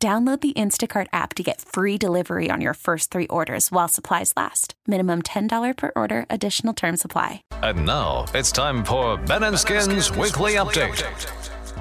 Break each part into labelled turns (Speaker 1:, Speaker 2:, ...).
Speaker 1: Download the Instacart app to get free delivery on your first three orders while supplies last. Minimum $10 per order, additional term supply.
Speaker 2: And now it's time for Ben and Skin's weekly update.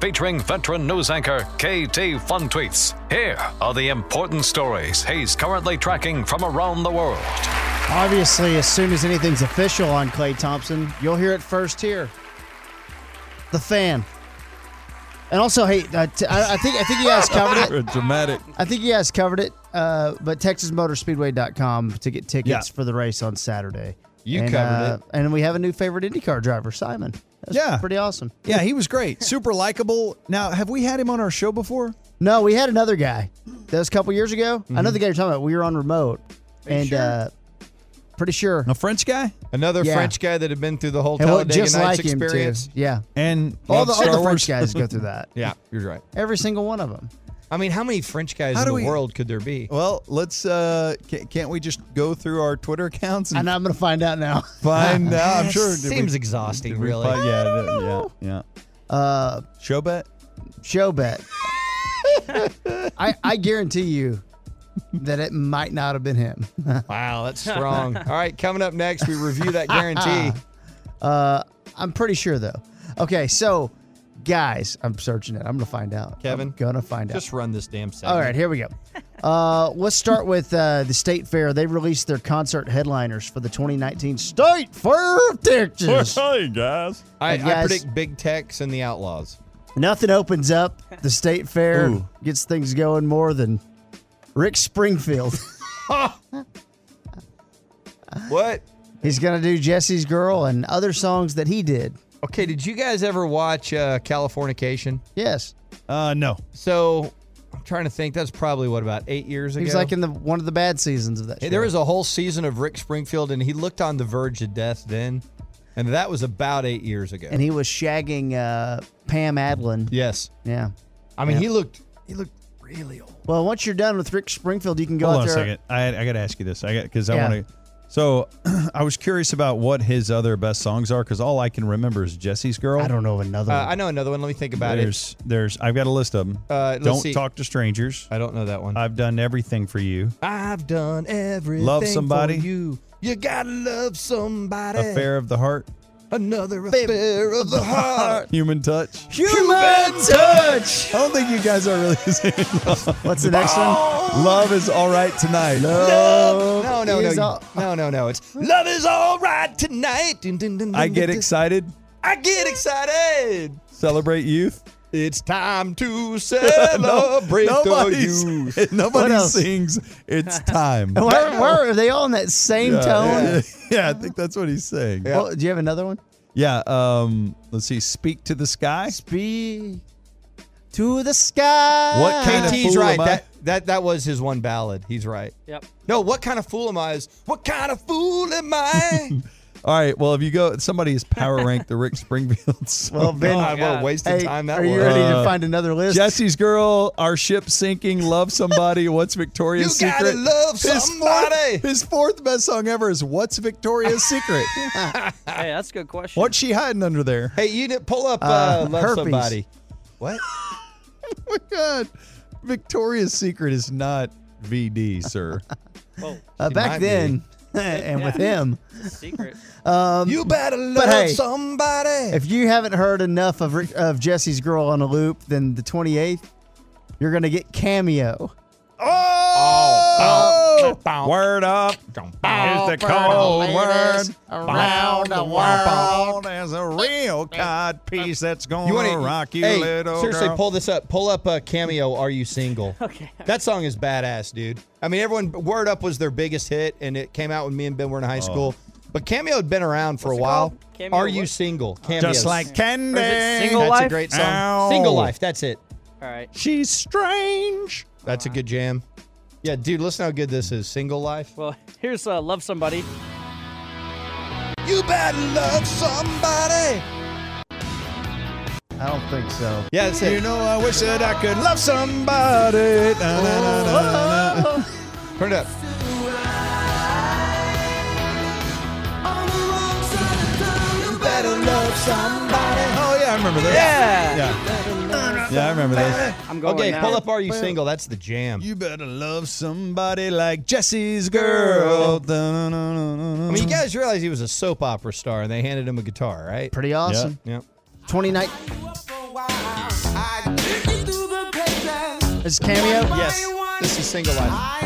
Speaker 2: Featuring veteran news anchor KT Fun Tweets. Here are the important stories he's currently tracking from around the world.
Speaker 3: Obviously, as soon as anything's official on Clay Thompson, you'll hear it first here. The fan. And also, hey, uh, t- I, I think I think you guys covered it.
Speaker 4: dramatic.
Speaker 3: I think you guys covered it. Uh, but TexasMotorspeedway.com to get tickets
Speaker 4: Yeah.
Speaker 3: for the race on Saturday.
Speaker 4: You
Speaker 3: and,
Speaker 4: covered
Speaker 3: uh,
Speaker 4: it.
Speaker 3: And we have a new favorite IndyCar driver, Simon. That's
Speaker 4: Yeah.
Speaker 3: pretty awesome.
Speaker 4: Yeah, he was great. Super likable. Now, have we had him on our show before?
Speaker 3: No, we had another guy. That was a couple years ago.
Speaker 4: Mm-hmm.
Speaker 3: I know the guy you're talking about. We were on remote, and uh, pretty sure.
Speaker 4: A French guy?
Speaker 5: Another
Speaker 3: Yeah.
Speaker 5: French guy that had been through the whole
Speaker 3: And
Speaker 5: Talladega
Speaker 3: just
Speaker 5: Nights
Speaker 3: like him too.
Speaker 5: experience.
Speaker 3: Yeah,
Speaker 4: And
Speaker 3: all
Speaker 4: loved
Speaker 3: the, all
Speaker 4: Star
Speaker 3: the French
Speaker 4: Wars.
Speaker 3: guys go through that.
Speaker 5: Yeah, you're right.
Speaker 3: Every single one of them.
Speaker 5: I mean, how many French guys
Speaker 4: How
Speaker 5: in
Speaker 4: do
Speaker 5: the
Speaker 4: we-
Speaker 5: world could there be?
Speaker 6: Well, let's. uh ca- Can't we just go through our Twitter accounts
Speaker 3: And
Speaker 4: know.
Speaker 3: I'm gonna find out now.
Speaker 6: find out? I'm sure. did we-
Speaker 5: Seems exhausting,
Speaker 6: did we
Speaker 5: really.
Speaker 6: find- yeah, th- yeah, yeah.
Speaker 3: Uh,
Speaker 6: Show bet.
Speaker 3: show bet. I I guarantee you that it might not have been him.
Speaker 5: Wow, that's strong. All right, coming up next, we review that guarantee.
Speaker 3: I'm pretty sure though. Okay, so guys, I'm searching it. I'm gonna find out.
Speaker 5: Kevin,
Speaker 3: I'm gonna find out.
Speaker 5: Just run this damn segment.
Speaker 3: All right, here we go. Uh, let's start with uh, the State Fair. They released their concert headliners for the 2019 State Fair of Texas.
Speaker 6: Hey guys.
Speaker 5: I,
Speaker 3: Hey, guys.
Speaker 5: I predict Big Techs and the Outlaws.
Speaker 3: Nothing opens up the State Fair,
Speaker 6: Ooh.
Speaker 3: gets things going more than Rick Springfield.
Speaker 5: What?
Speaker 3: He's going to do Jesse's Girl and other songs that he did.
Speaker 5: Okay, did you guys ever watch uh, Californication?
Speaker 3: Yes.
Speaker 4: Uh, no.
Speaker 5: So I'm trying to think. That's probably what about eight years ago.
Speaker 3: He was like in the one of the bad seasons of that
Speaker 5: Hey,
Speaker 3: show.
Speaker 5: there was a whole season of Rick Springfield, and he looked on the verge of death then, and that was about eight years ago.
Speaker 3: and he was shagging uh, Pam Adlin.
Speaker 5: yes,
Speaker 3: Yeah.
Speaker 5: I mean he looked he looked really old.
Speaker 3: Well, once you're done with Rick Springfield, you can go
Speaker 4: Hold
Speaker 3: out
Speaker 4: on a
Speaker 3: there.
Speaker 4: second. I, I got to ask you this. I got because I
Speaker 3: Yeah.
Speaker 4: want to. So I was curious about what his other best songs are because all I can remember is Jesse's Girl.
Speaker 3: I don't know another
Speaker 5: Uh,
Speaker 3: one.
Speaker 5: I know another one. Let me think about it.
Speaker 4: There's, there's. I've got a list of them.
Speaker 5: Uh, let's
Speaker 4: don't
Speaker 5: see.
Speaker 4: talk to strangers.
Speaker 5: I don't know that one.
Speaker 4: I've done everything for you.
Speaker 5: I've done everything.
Speaker 4: Love somebody.
Speaker 5: For you you gotta love somebody.
Speaker 4: Affair of the heart.
Speaker 5: Another affair of the heart.
Speaker 4: Human touch.
Speaker 3: Human touch.
Speaker 4: I don't think you guys are really singing love.
Speaker 3: What's the next one?
Speaker 4: love is all right tonight.
Speaker 3: Love.
Speaker 5: No, no, no,
Speaker 3: is
Speaker 5: you-
Speaker 3: all-
Speaker 5: no, no, no. It's love is all right tonight. Dun, dun, dun,
Speaker 4: I
Speaker 5: dun,
Speaker 4: get
Speaker 5: dun, dun.
Speaker 4: excited.
Speaker 5: I get excited.
Speaker 4: Celebrate youth.
Speaker 5: It's time to celebrate the
Speaker 4: Nobody's-
Speaker 5: youth.
Speaker 3: What
Speaker 4: Nobody
Speaker 3: else?
Speaker 4: sings. It's time.
Speaker 3: Where, where are they all in that same tone?
Speaker 4: Yeah, yeah, I think that's what he's saying. Yeah.
Speaker 3: Well, do you have another one?
Speaker 4: um, let's see. Speak to the sky.
Speaker 3: Speak to the sky.
Speaker 4: What kind of
Speaker 5: KT's
Speaker 4: fool
Speaker 5: right.
Speaker 4: am I?
Speaker 5: That, that that was his one ballad. He's right.
Speaker 7: Yep.
Speaker 5: No, what kind of fool am I? Is what kind of fool am I?
Speaker 4: All right. Well, if you go, somebody has power ranked the Rick Springfield. song.
Speaker 3: Well, Ben,
Speaker 5: God, what a waste of
Speaker 3: Oh, hey,
Speaker 5: time that
Speaker 3: are
Speaker 5: was.
Speaker 3: you ready to find another list?
Speaker 4: Jesse's girl, our ship sinking, love somebody. What's Victoria's
Speaker 5: You gotta
Speaker 4: Secret?
Speaker 5: love somebody.
Speaker 4: Fourth, his fourth best song ever is "What's Victoria's Secret."
Speaker 7: Hey, that's a good question.
Speaker 4: What's she hiding under there?
Speaker 5: hey, you didn't pull up uh,
Speaker 3: Uh,
Speaker 5: love
Speaker 3: herpes.
Speaker 5: somebody. What?
Speaker 4: Oh my God, Victoria's Secret is not VD, sir.
Speaker 7: Whoa,
Speaker 3: Uh,
Speaker 5: might
Speaker 3: back
Speaker 5: be.
Speaker 3: then, and with him,
Speaker 7: it's a secret.
Speaker 5: you better love
Speaker 3: but hey,
Speaker 5: somebody.
Speaker 3: if you haven't heard enough of Rick, of Jesse's Girl on a Loop, then the 28th, you're going to get Cameo.
Speaker 5: oh,
Speaker 4: Word up. Here's the cold word. Around the world there's a real cod piece that's going
Speaker 5: You
Speaker 4: to
Speaker 5: want to
Speaker 4: rock you,
Speaker 5: hey,
Speaker 4: little
Speaker 5: Seriously,
Speaker 4: girl.
Speaker 5: pull this up. Pull up a cameo. Are you single? okay. That song is badass, dude. I mean, everyone. Word up was their biggest hit, and it came out when me and Ben were in high school. But cameo had been around for a while.
Speaker 7: called? Cameo
Speaker 5: Are you
Speaker 7: what? Oh.
Speaker 5: single? Cameo.
Speaker 4: Just like candy.
Speaker 7: Or is it Single
Speaker 5: That's a
Speaker 7: Life?
Speaker 5: great song.
Speaker 4: Ow.
Speaker 5: Single life. That's it.
Speaker 7: All right.
Speaker 4: She's strange.
Speaker 5: That's a good jam. Yeah, dude, listen how good this is. Single life.
Speaker 7: Well, here's uh, Love Somebody.
Speaker 5: You better love somebody.
Speaker 3: I don't think so.
Speaker 5: Yeah, that's it.
Speaker 4: You know, I wish that I could love somebody. Na, na, na, na, na, na.
Speaker 5: Turn it up.
Speaker 4: Oh yeah, I remember this.
Speaker 7: Yeah.
Speaker 4: yeah, yeah, I remember this.
Speaker 7: I'm going
Speaker 5: Okay,
Speaker 7: now.
Speaker 5: pull up Are You Single? That's the jam.
Speaker 4: You better love somebody like Jesse's girl.
Speaker 5: I mean, you guys realize he was a soap opera star and they handed him a guitar, right?
Speaker 3: Pretty awesome.
Speaker 5: Yep.
Speaker 3: 29. This is cameo.
Speaker 5: Yes. This is Single Life.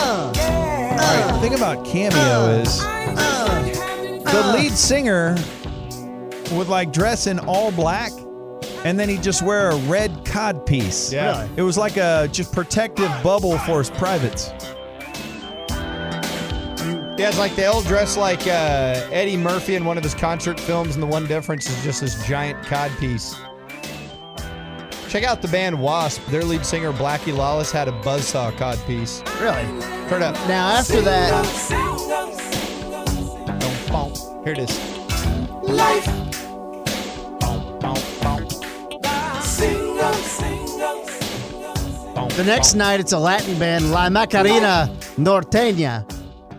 Speaker 4: The thing about cameo is the lead singer would like dress in all black, and then he'd just wear a red cod piece.
Speaker 5: Yeah.
Speaker 4: it was like a just protective bubble for his privates.
Speaker 5: Yeah, it's like they all dress like uh, Eddie Murphy in one of his concert films, and the one difference is just this giant cod piece. Check out the band Wasp. Their lead singer, Blackie Lawless, had a buzzsaw cod piece.
Speaker 3: Really?
Speaker 5: Turn it up.
Speaker 3: Now, after that,
Speaker 5: Here it is.
Speaker 3: the next night, it's a Latin band, La Macarena Norteña.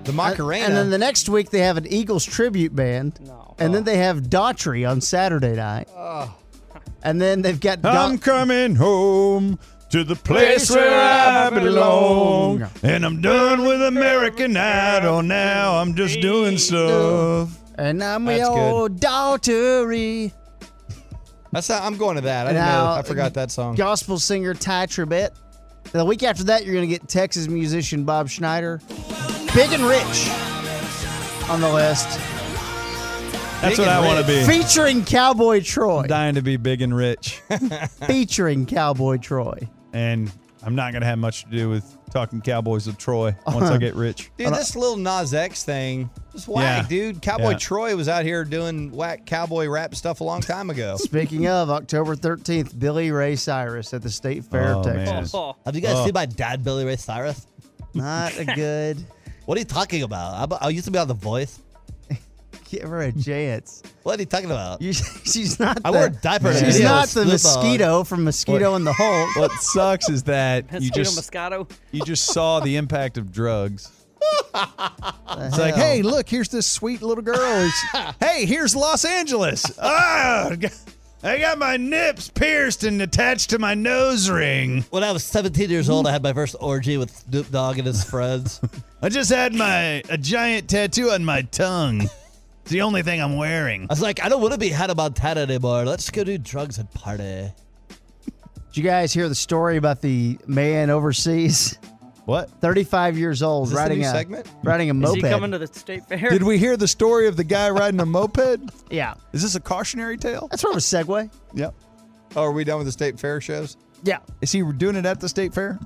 Speaker 5: The Macarena.
Speaker 3: And then the next week, they have an Eagles tribute band.
Speaker 7: No.
Speaker 3: And then they have Daughtry on Saturday night. And then they've got.
Speaker 8: I'm
Speaker 3: Daughtry.
Speaker 8: coming home to the place where I belong. And I'm done with American Idol now. I'm just doing stuff.
Speaker 3: and I'm
Speaker 5: That's
Speaker 3: your Daughtry.
Speaker 5: That's not, I'm going to that. I, didn't
Speaker 3: Now,
Speaker 5: know, I forgot that song.
Speaker 3: Gospel singer Ty Tribbett. The week after that, you're going to get Texas musician Bob Schneider. Big and Rich on the list.
Speaker 4: That's what I want to be.
Speaker 3: Featuring Cowboy Troy.
Speaker 4: Dying to be big and rich,
Speaker 3: Featuring Cowboy Troy.
Speaker 4: and I'm not gonna have much to do with talking Cowboys of Troy once I get rich.
Speaker 5: Dude, this little Nas X thing, just whack,
Speaker 4: Yeah.
Speaker 5: dude. Cowboy
Speaker 4: Yeah.
Speaker 5: Troy was out here doing whack cowboy rap stuff a long time ago.
Speaker 3: Speaking of, October 13th, Billy Ray Cyrus at the State Fair
Speaker 4: Oh,
Speaker 3: of Texas.
Speaker 7: Oh,
Speaker 9: Have you guys seen my dad, Billy Ray Cyrus?
Speaker 3: Not a good.
Speaker 9: What are you talking about? I, I used to be on The Voice.
Speaker 3: Give her a chance.
Speaker 9: What are you talking about?
Speaker 3: You, she's not.
Speaker 9: I
Speaker 3: the,
Speaker 9: wore a diaper. to
Speaker 3: She's
Speaker 9: video
Speaker 3: not
Speaker 9: with
Speaker 3: the
Speaker 9: Snoop Dogg.
Speaker 3: mosquito from Mosquito and the Hulk.
Speaker 4: What sucks is that you
Speaker 7: Mosquito
Speaker 4: just
Speaker 7: Moscato.
Speaker 4: you just saw the impact of drugs. It's like, hey, look, here's this sweet little girl. It's- hey, here's Los Angeles.
Speaker 8: Ah, I got my nips pierced and attached to my nose ring.
Speaker 9: When I was 17 years old, I had my first orgy with Snoop Dogg and his friends.
Speaker 8: I just had my a giant tattoo on my tongue. It's the only thing I'm wearing.
Speaker 9: I was like, I don't want to be Hannah Montana anymore. Let's go do drugs and party.
Speaker 3: Did you guys hear the story about the man overseas?
Speaker 4: What?
Speaker 3: 35 years old,
Speaker 5: this the
Speaker 3: riding
Speaker 5: new
Speaker 3: a
Speaker 5: segment?
Speaker 3: riding a
Speaker 7: Is
Speaker 3: moped.
Speaker 7: he coming to the state fair?
Speaker 4: Did we hear the story of the guy riding a moped?
Speaker 3: yeah,
Speaker 4: Is this a cautionary tale?
Speaker 3: that's sort of a segue.
Speaker 4: Yep.
Speaker 5: Oh, are we done with the state fair shows?
Speaker 3: Yeah.
Speaker 4: Is he doing it at the state fair?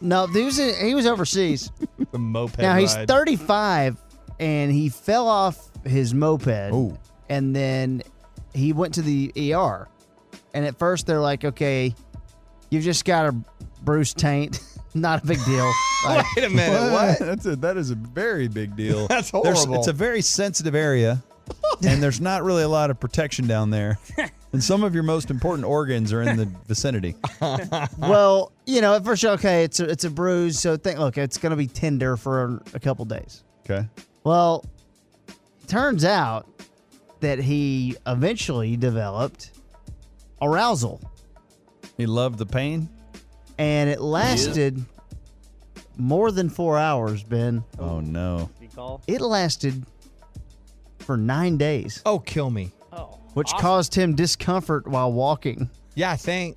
Speaker 3: No, he was he was overseas.
Speaker 5: The moped.
Speaker 3: Now he's
Speaker 5: ride.
Speaker 3: 35 and he fell off his moped and then he went to the ER. And at first they're like, okay, you've just got a bruised taint. Not a big deal. Like,
Speaker 5: Wait a minute. What?
Speaker 4: That's a, that is a very big deal.
Speaker 5: That's
Speaker 4: There's-
Speaker 5: horrible.
Speaker 4: it's a very sensitive area, and there's not really a lot of protection down there. And some of your most important organs are in the vicinity.
Speaker 3: well, you know, at first you're okay, it's a, it's a bruise. So think, look, it's going to be tender for a couple days.
Speaker 4: Okay.
Speaker 3: Well, turns out that he eventually developed arousal.
Speaker 4: He loved the pain.
Speaker 3: and it lasted more than four hours, Ben.
Speaker 4: Oh no.
Speaker 7: You call?
Speaker 3: It lasted for nine days,
Speaker 5: oh, kill me.
Speaker 7: Oh,
Speaker 3: which
Speaker 7: awesome.
Speaker 3: caused him discomfort while walking.
Speaker 5: Yeah, I think.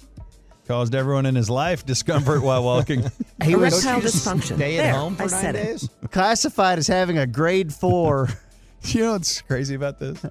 Speaker 4: Caused everyone in his life discomfort while walking.
Speaker 3: He was
Speaker 10: Erectile dysfunction.
Speaker 5: Stay
Speaker 10: there,
Speaker 5: at home for
Speaker 10: I
Speaker 5: nine
Speaker 10: said it.
Speaker 5: days.
Speaker 3: classified as having a grade four.
Speaker 4: you know what's crazy about this?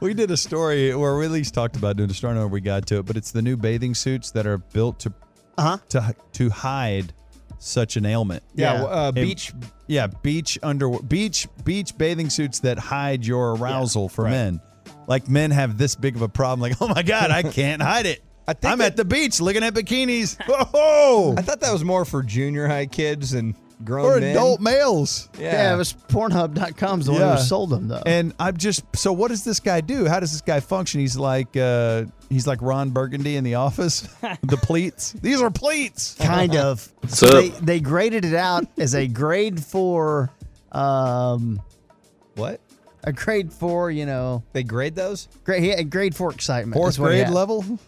Speaker 4: We did a story, or we at least talked about doing a story. I don't know if we got to it, but it's the new bathing suits that are built to
Speaker 3: Uh-huh.
Speaker 4: to to hide such an ailment.
Speaker 5: Yeah,
Speaker 3: Yeah.
Speaker 5: Uh,
Speaker 4: Hey,
Speaker 5: beach.
Speaker 4: Yeah, beach under beach beach bathing suits that hide your arousal for men. Like men have this big of a problem. Like, oh my God, I can't hide it. I
Speaker 5: think
Speaker 4: am
Speaker 5: that-
Speaker 4: at the beach looking at bikinis. Whoa!
Speaker 5: I thought that was more for junior high kids and grown
Speaker 4: Or
Speaker 5: men.
Speaker 4: adult males.
Speaker 5: Yeah.
Speaker 3: Yeah, it was Pornhub.com's the one
Speaker 4: Yeah.
Speaker 3: who sold them though.
Speaker 4: And I'm just so. What does this guy do? How does this guy function? He's like uh, he's like Ron Burgundy in The Office. the pleats. These are pleats.
Speaker 3: kind of. So they, they graded it out as a grade four, um,
Speaker 5: what?
Speaker 3: a grade four, you know,
Speaker 5: They grade those?
Speaker 3: grade he had grade four excitement.
Speaker 4: Fourth
Speaker 3: is what he
Speaker 4: grade
Speaker 3: had.
Speaker 4: level.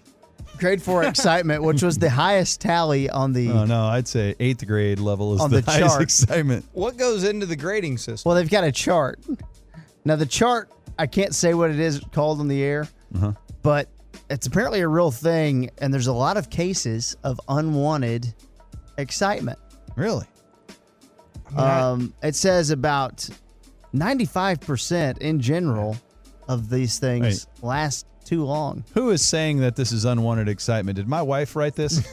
Speaker 3: grade four excitement, which was the highest tally on the.
Speaker 4: Oh no, I'd say eighth grade level is
Speaker 3: On
Speaker 4: the,
Speaker 3: the
Speaker 4: highest
Speaker 3: chart.
Speaker 4: excitement.
Speaker 5: What goes into the grading system?
Speaker 3: Well, they've got a chart. Now the chart, I can't say what it is called on the air, but it's apparently a real thing, and there's a lot of cases of unwanted excitement.
Speaker 4: Really?
Speaker 3: Um, it says about 95% in general of these things last too long.
Speaker 4: Who is saying that this is unwanted excitement? Did my wife write this?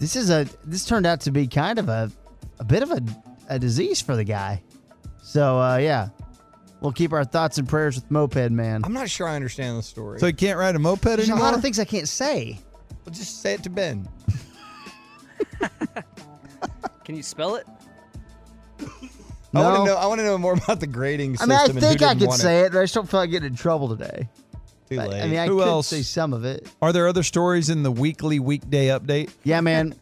Speaker 3: This is a this turned out to be kind of a a bit of a, a disease for the guy. So uh, yeah, we'll keep our thoughts and prayers with Moped Man.
Speaker 5: I'm not sure I understand the story.
Speaker 4: so he can't ride a moped
Speaker 3: There's a
Speaker 4: anymore.
Speaker 3: lot of things I can't say.
Speaker 5: Well, just say it to Ben.
Speaker 7: Can you spell it?
Speaker 5: I want
Speaker 3: No.
Speaker 5: to know. I want to know more about the grading
Speaker 3: I
Speaker 5: system.
Speaker 3: mean, I
Speaker 5: and who
Speaker 3: think I
Speaker 5: didn't
Speaker 3: could
Speaker 5: want
Speaker 3: say it, but I still feel like getting in trouble today.
Speaker 5: Too
Speaker 3: I-
Speaker 5: late.
Speaker 3: I mean, I
Speaker 4: Who
Speaker 3: could
Speaker 4: else?
Speaker 3: say some of it.
Speaker 4: Are there other stories in the weekly weekday update?
Speaker 3: Yeah, man.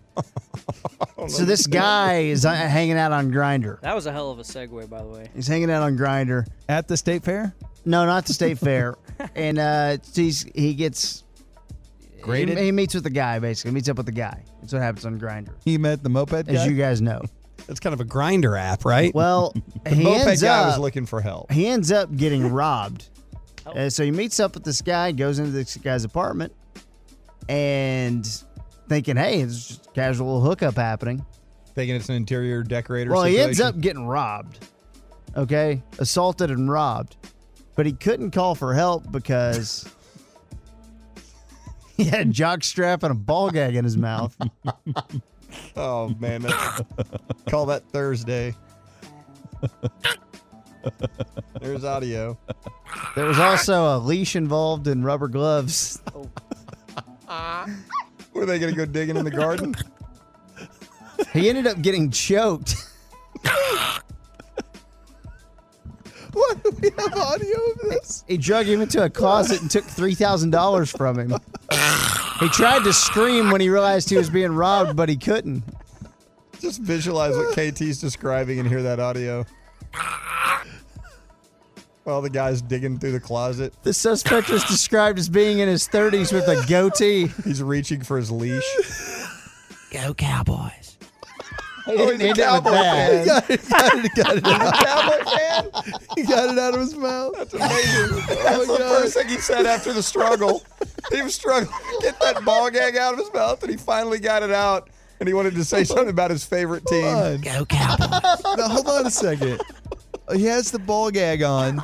Speaker 3: so this guy is uh, hanging out on Grinder.
Speaker 7: That was a hell of a segue, by the way.
Speaker 3: He's hanging out on Grinder.
Speaker 4: At the state fair?
Speaker 3: No, not the state fair. and uh, he's, he gets
Speaker 5: Graded?
Speaker 3: He, he meets with the guy basically. Meets up with the guy. That's what happens on Grinder,
Speaker 4: He met the moped guy?
Speaker 3: as you guys know.
Speaker 5: That's kind of a grinder app, right?
Speaker 3: Well, he
Speaker 5: Moped
Speaker 3: ends
Speaker 5: guy
Speaker 3: up
Speaker 5: was looking for help.
Speaker 3: he ends up getting robbed. Uh, so he meets up with this guy, goes into this guy's apartment, and thinking, "Hey, it's just a casual hookup happening."
Speaker 5: Thinking it's an interior decorator.
Speaker 3: Well, he ends
Speaker 5: situation.
Speaker 3: up getting robbed. Okay, assaulted and robbed, but he couldn't call for help because he had a jock strap and a ball gag in his mouth.
Speaker 5: Oh man, that's, call that Thursday. There's audio.
Speaker 3: There was also a leash involved and rubber gloves.
Speaker 5: Were they gonna go digging in the garden?
Speaker 3: He ended up getting choked.
Speaker 4: What? Do we have audio of this?
Speaker 3: He drug him into a closet and took three thousand dollars from him. He tried to scream when he realized he was being robbed, but he couldn't.
Speaker 5: Just visualize what KT's describing and hear that audio. While the guy's digging through the closet,
Speaker 3: The suspect was described as being in his thirties with a goatee.
Speaker 5: he's reaching for his leash.
Speaker 9: Go Cowboys.
Speaker 5: Oh, he's a
Speaker 3: End up
Speaker 5: cowboy
Speaker 3: with that.
Speaker 5: fan.
Speaker 4: got it, got it, got it.
Speaker 5: He's a cowboy fan.
Speaker 4: He got it out of his mouth. That's amazing.
Speaker 5: That's
Speaker 4: my
Speaker 5: the
Speaker 4: God.
Speaker 5: first thing he said after the struggle. he was struggling to get that ball gag out of his mouth, and he finally got it out. And he wanted to say something about his favorite team.
Speaker 9: Go Cowboys.
Speaker 4: Now hold on a second. He has the ball gag on,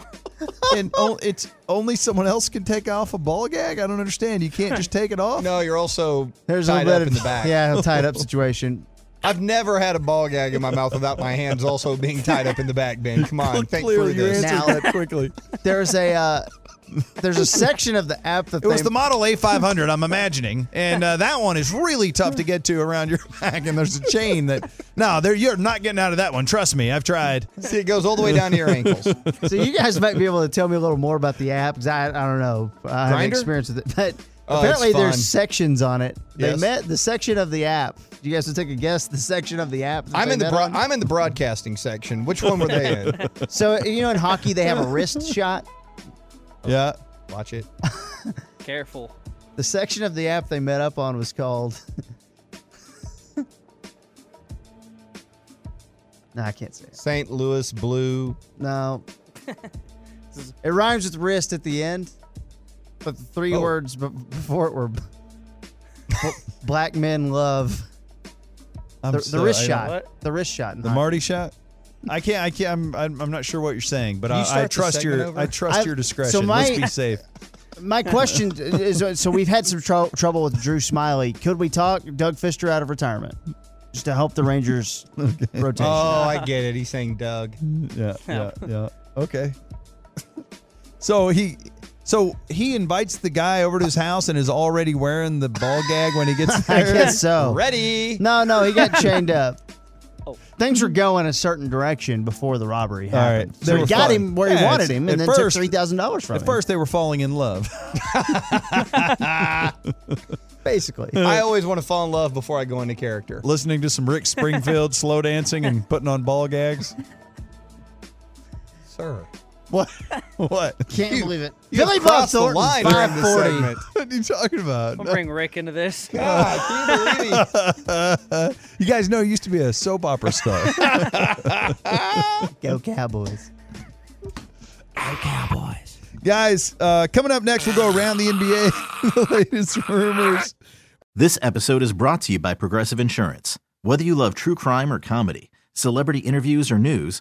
Speaker 4: and o- it's only someone else can take off a ball gag. I don't understand. You can't just take it off.
Speaker 5: No, you're also
Speaker 3: There's a
Speaker 5: tied
Speaker 3: little
Speaker 5: up
Speaker 3: bit
Speaker 5: in
Speaker 3: of
Speaker 5: the back.
Speaker 3: yeah, a tied up situation.
Speaker 5: I've never had a ball gag in my mouth without my hands also being tied up in the back, Ben. Come on, think
Speaker 4: Clearly,
Speaker 5: through
Speaker 4: you
Speaker 5: this.
Speaker 4: answered
Speaker 3: Now-
Speaker 4: that quickly.
Speaker 3: There's a uh, there's a section of the app that
Speaker 4: It was
Speaker 3: they-
Speaker 4: the Model A500, I'm imagining, and uh, that one is really tough to get to around your back. And there's a chain that no, there you're not getting out of that one. Trust me, I've tried.
Speaker 5: See, it goes all the way down to your ankles.
Speaker 3: so you guys might be able to tell me a little more about the app 'cause I, I don't know. I haven't
Speaker 5: Grindr?
Speaker 3: experience with it, but
Speaker 5: Oh, it's
Speaker 3: apparently
Speaker 5: fun.
Speaker 3: there's sections on it. They
Speaker 5: Yes.
Speaker 3: met the section of the app. You guys will take a guess. The section of the app. that
Speaker 5: I'm
Speaker 3: they
Speaker 5: in the
Speaker 3: met
Speaker 5: bro-
Speaker 3: on?
Speaker 5: I'm in the broadcasting section. Which one were they in?
Speaker 3: So you know, in hockey, they have a wrist shot.
Speaker 4: Yeah,
Speaker 5: Watch it.
Speaker 7: Careful.
Speaker 3: The section of the app they met up on was called. no, I can't say. It.
Speaker 5: St. Louis Blue.
Speaker 3: No. it rhymes with wrist at the end, but the three
Speaker 5: Oh.
Speaker 3: words be- before it were b- black men love.
Speaker 4: I'm
Speaker 3: The,
Speaker 4: so-
Speaker 3: the wrist
Speaker 4: I-
Speaker 3: shot.
Speaker 7: What?
Speaker 3: The wrist shot. in
Speaker 4: the
Speaker 3: hockey.
Speaker 4: Marty shot. I can't. I can't. I'm. I'm, I'm not sure what you're saying, but
Speaker 5: you
Speaker 4: I,
Speaker 5: start
Speaker 4: I
Speaker 5: the
Speaker 4: trust your.
Speaker 5: segment over?
Speaker 4: I trust
Speaker 3: I-
Speaker 4: your
Speaker 3: so
Speaker 4: discretion. Let's
Speaker 3: my-
Speaker 4: be safe.
Speaker 3: My question is: uh, so we've had some trou trouble with Drew Smiley. Could we talk Doug Fister out of retirement just to help the Rangers rotation?
Speaker 4: Oh.
Speaker 5: Oh, I get it. He's saying Doug.
Speaker 4: Yeah, yeah, yeah. Okay. So he so he invites the guy over to his house and is already wearing the ball gag when he gets
Speaker 3: I
Speaker 4: there.
Speaker 3: guess so.
Speaker 5: Ready?
Speaker 3: No, no, he got chained up. Things were going a certain direction before the robbery
Speaker 4: All right.
Speaker 3: happened.
Speaker 4: They
Speaker 3: So
Speaker 4: were
Speaker 3: he got
Speaker 4: fun.
Speaker 3: him where
Speaker 4: Yeah,
Speaker 3: he wanted
Speaker 4: it's-
Speaker 3: him
Speaker 4: at
Speaker 3: and then
Speaker 4: first-
Speaker 3: took $3,000 from
Speaker 4: At
Speaker 3: him.
Speaker 4: first they were falling in love.
Speaker 3: basically.
Speaker 5: I always want to fall in love before I go into character.
Speaker 4: Listening to some Rick Springfield slow dancing and putting on ball gags.
Speaker 5: Sir.
Speaker 4: What? What?
Speaker 3: Can't believe it.
Speaker 5: you have
Speaker 3: Billy Bob
Speaker 5: crossed the
Speaker 3: Thornton,
Speaker 5: line during this
Speaker 3: 540.
Speaker 5: segment.
Speaker 4: What are you talking about?
Speaker 7: Don't bring Rick into this.
Speaker 5: God, can you believe it?
Speaker 4: You guys know he used to be a soap opera star.
Speaker 3: Go Cowboys.
Speaker 4: guys, uh, coming up next, we'll go around the NBA, the latest rumors.
Speaker 10: This episode is brought to you by Progressive Insurance. Whether you love true crime or comedy, celebrity interviews or news,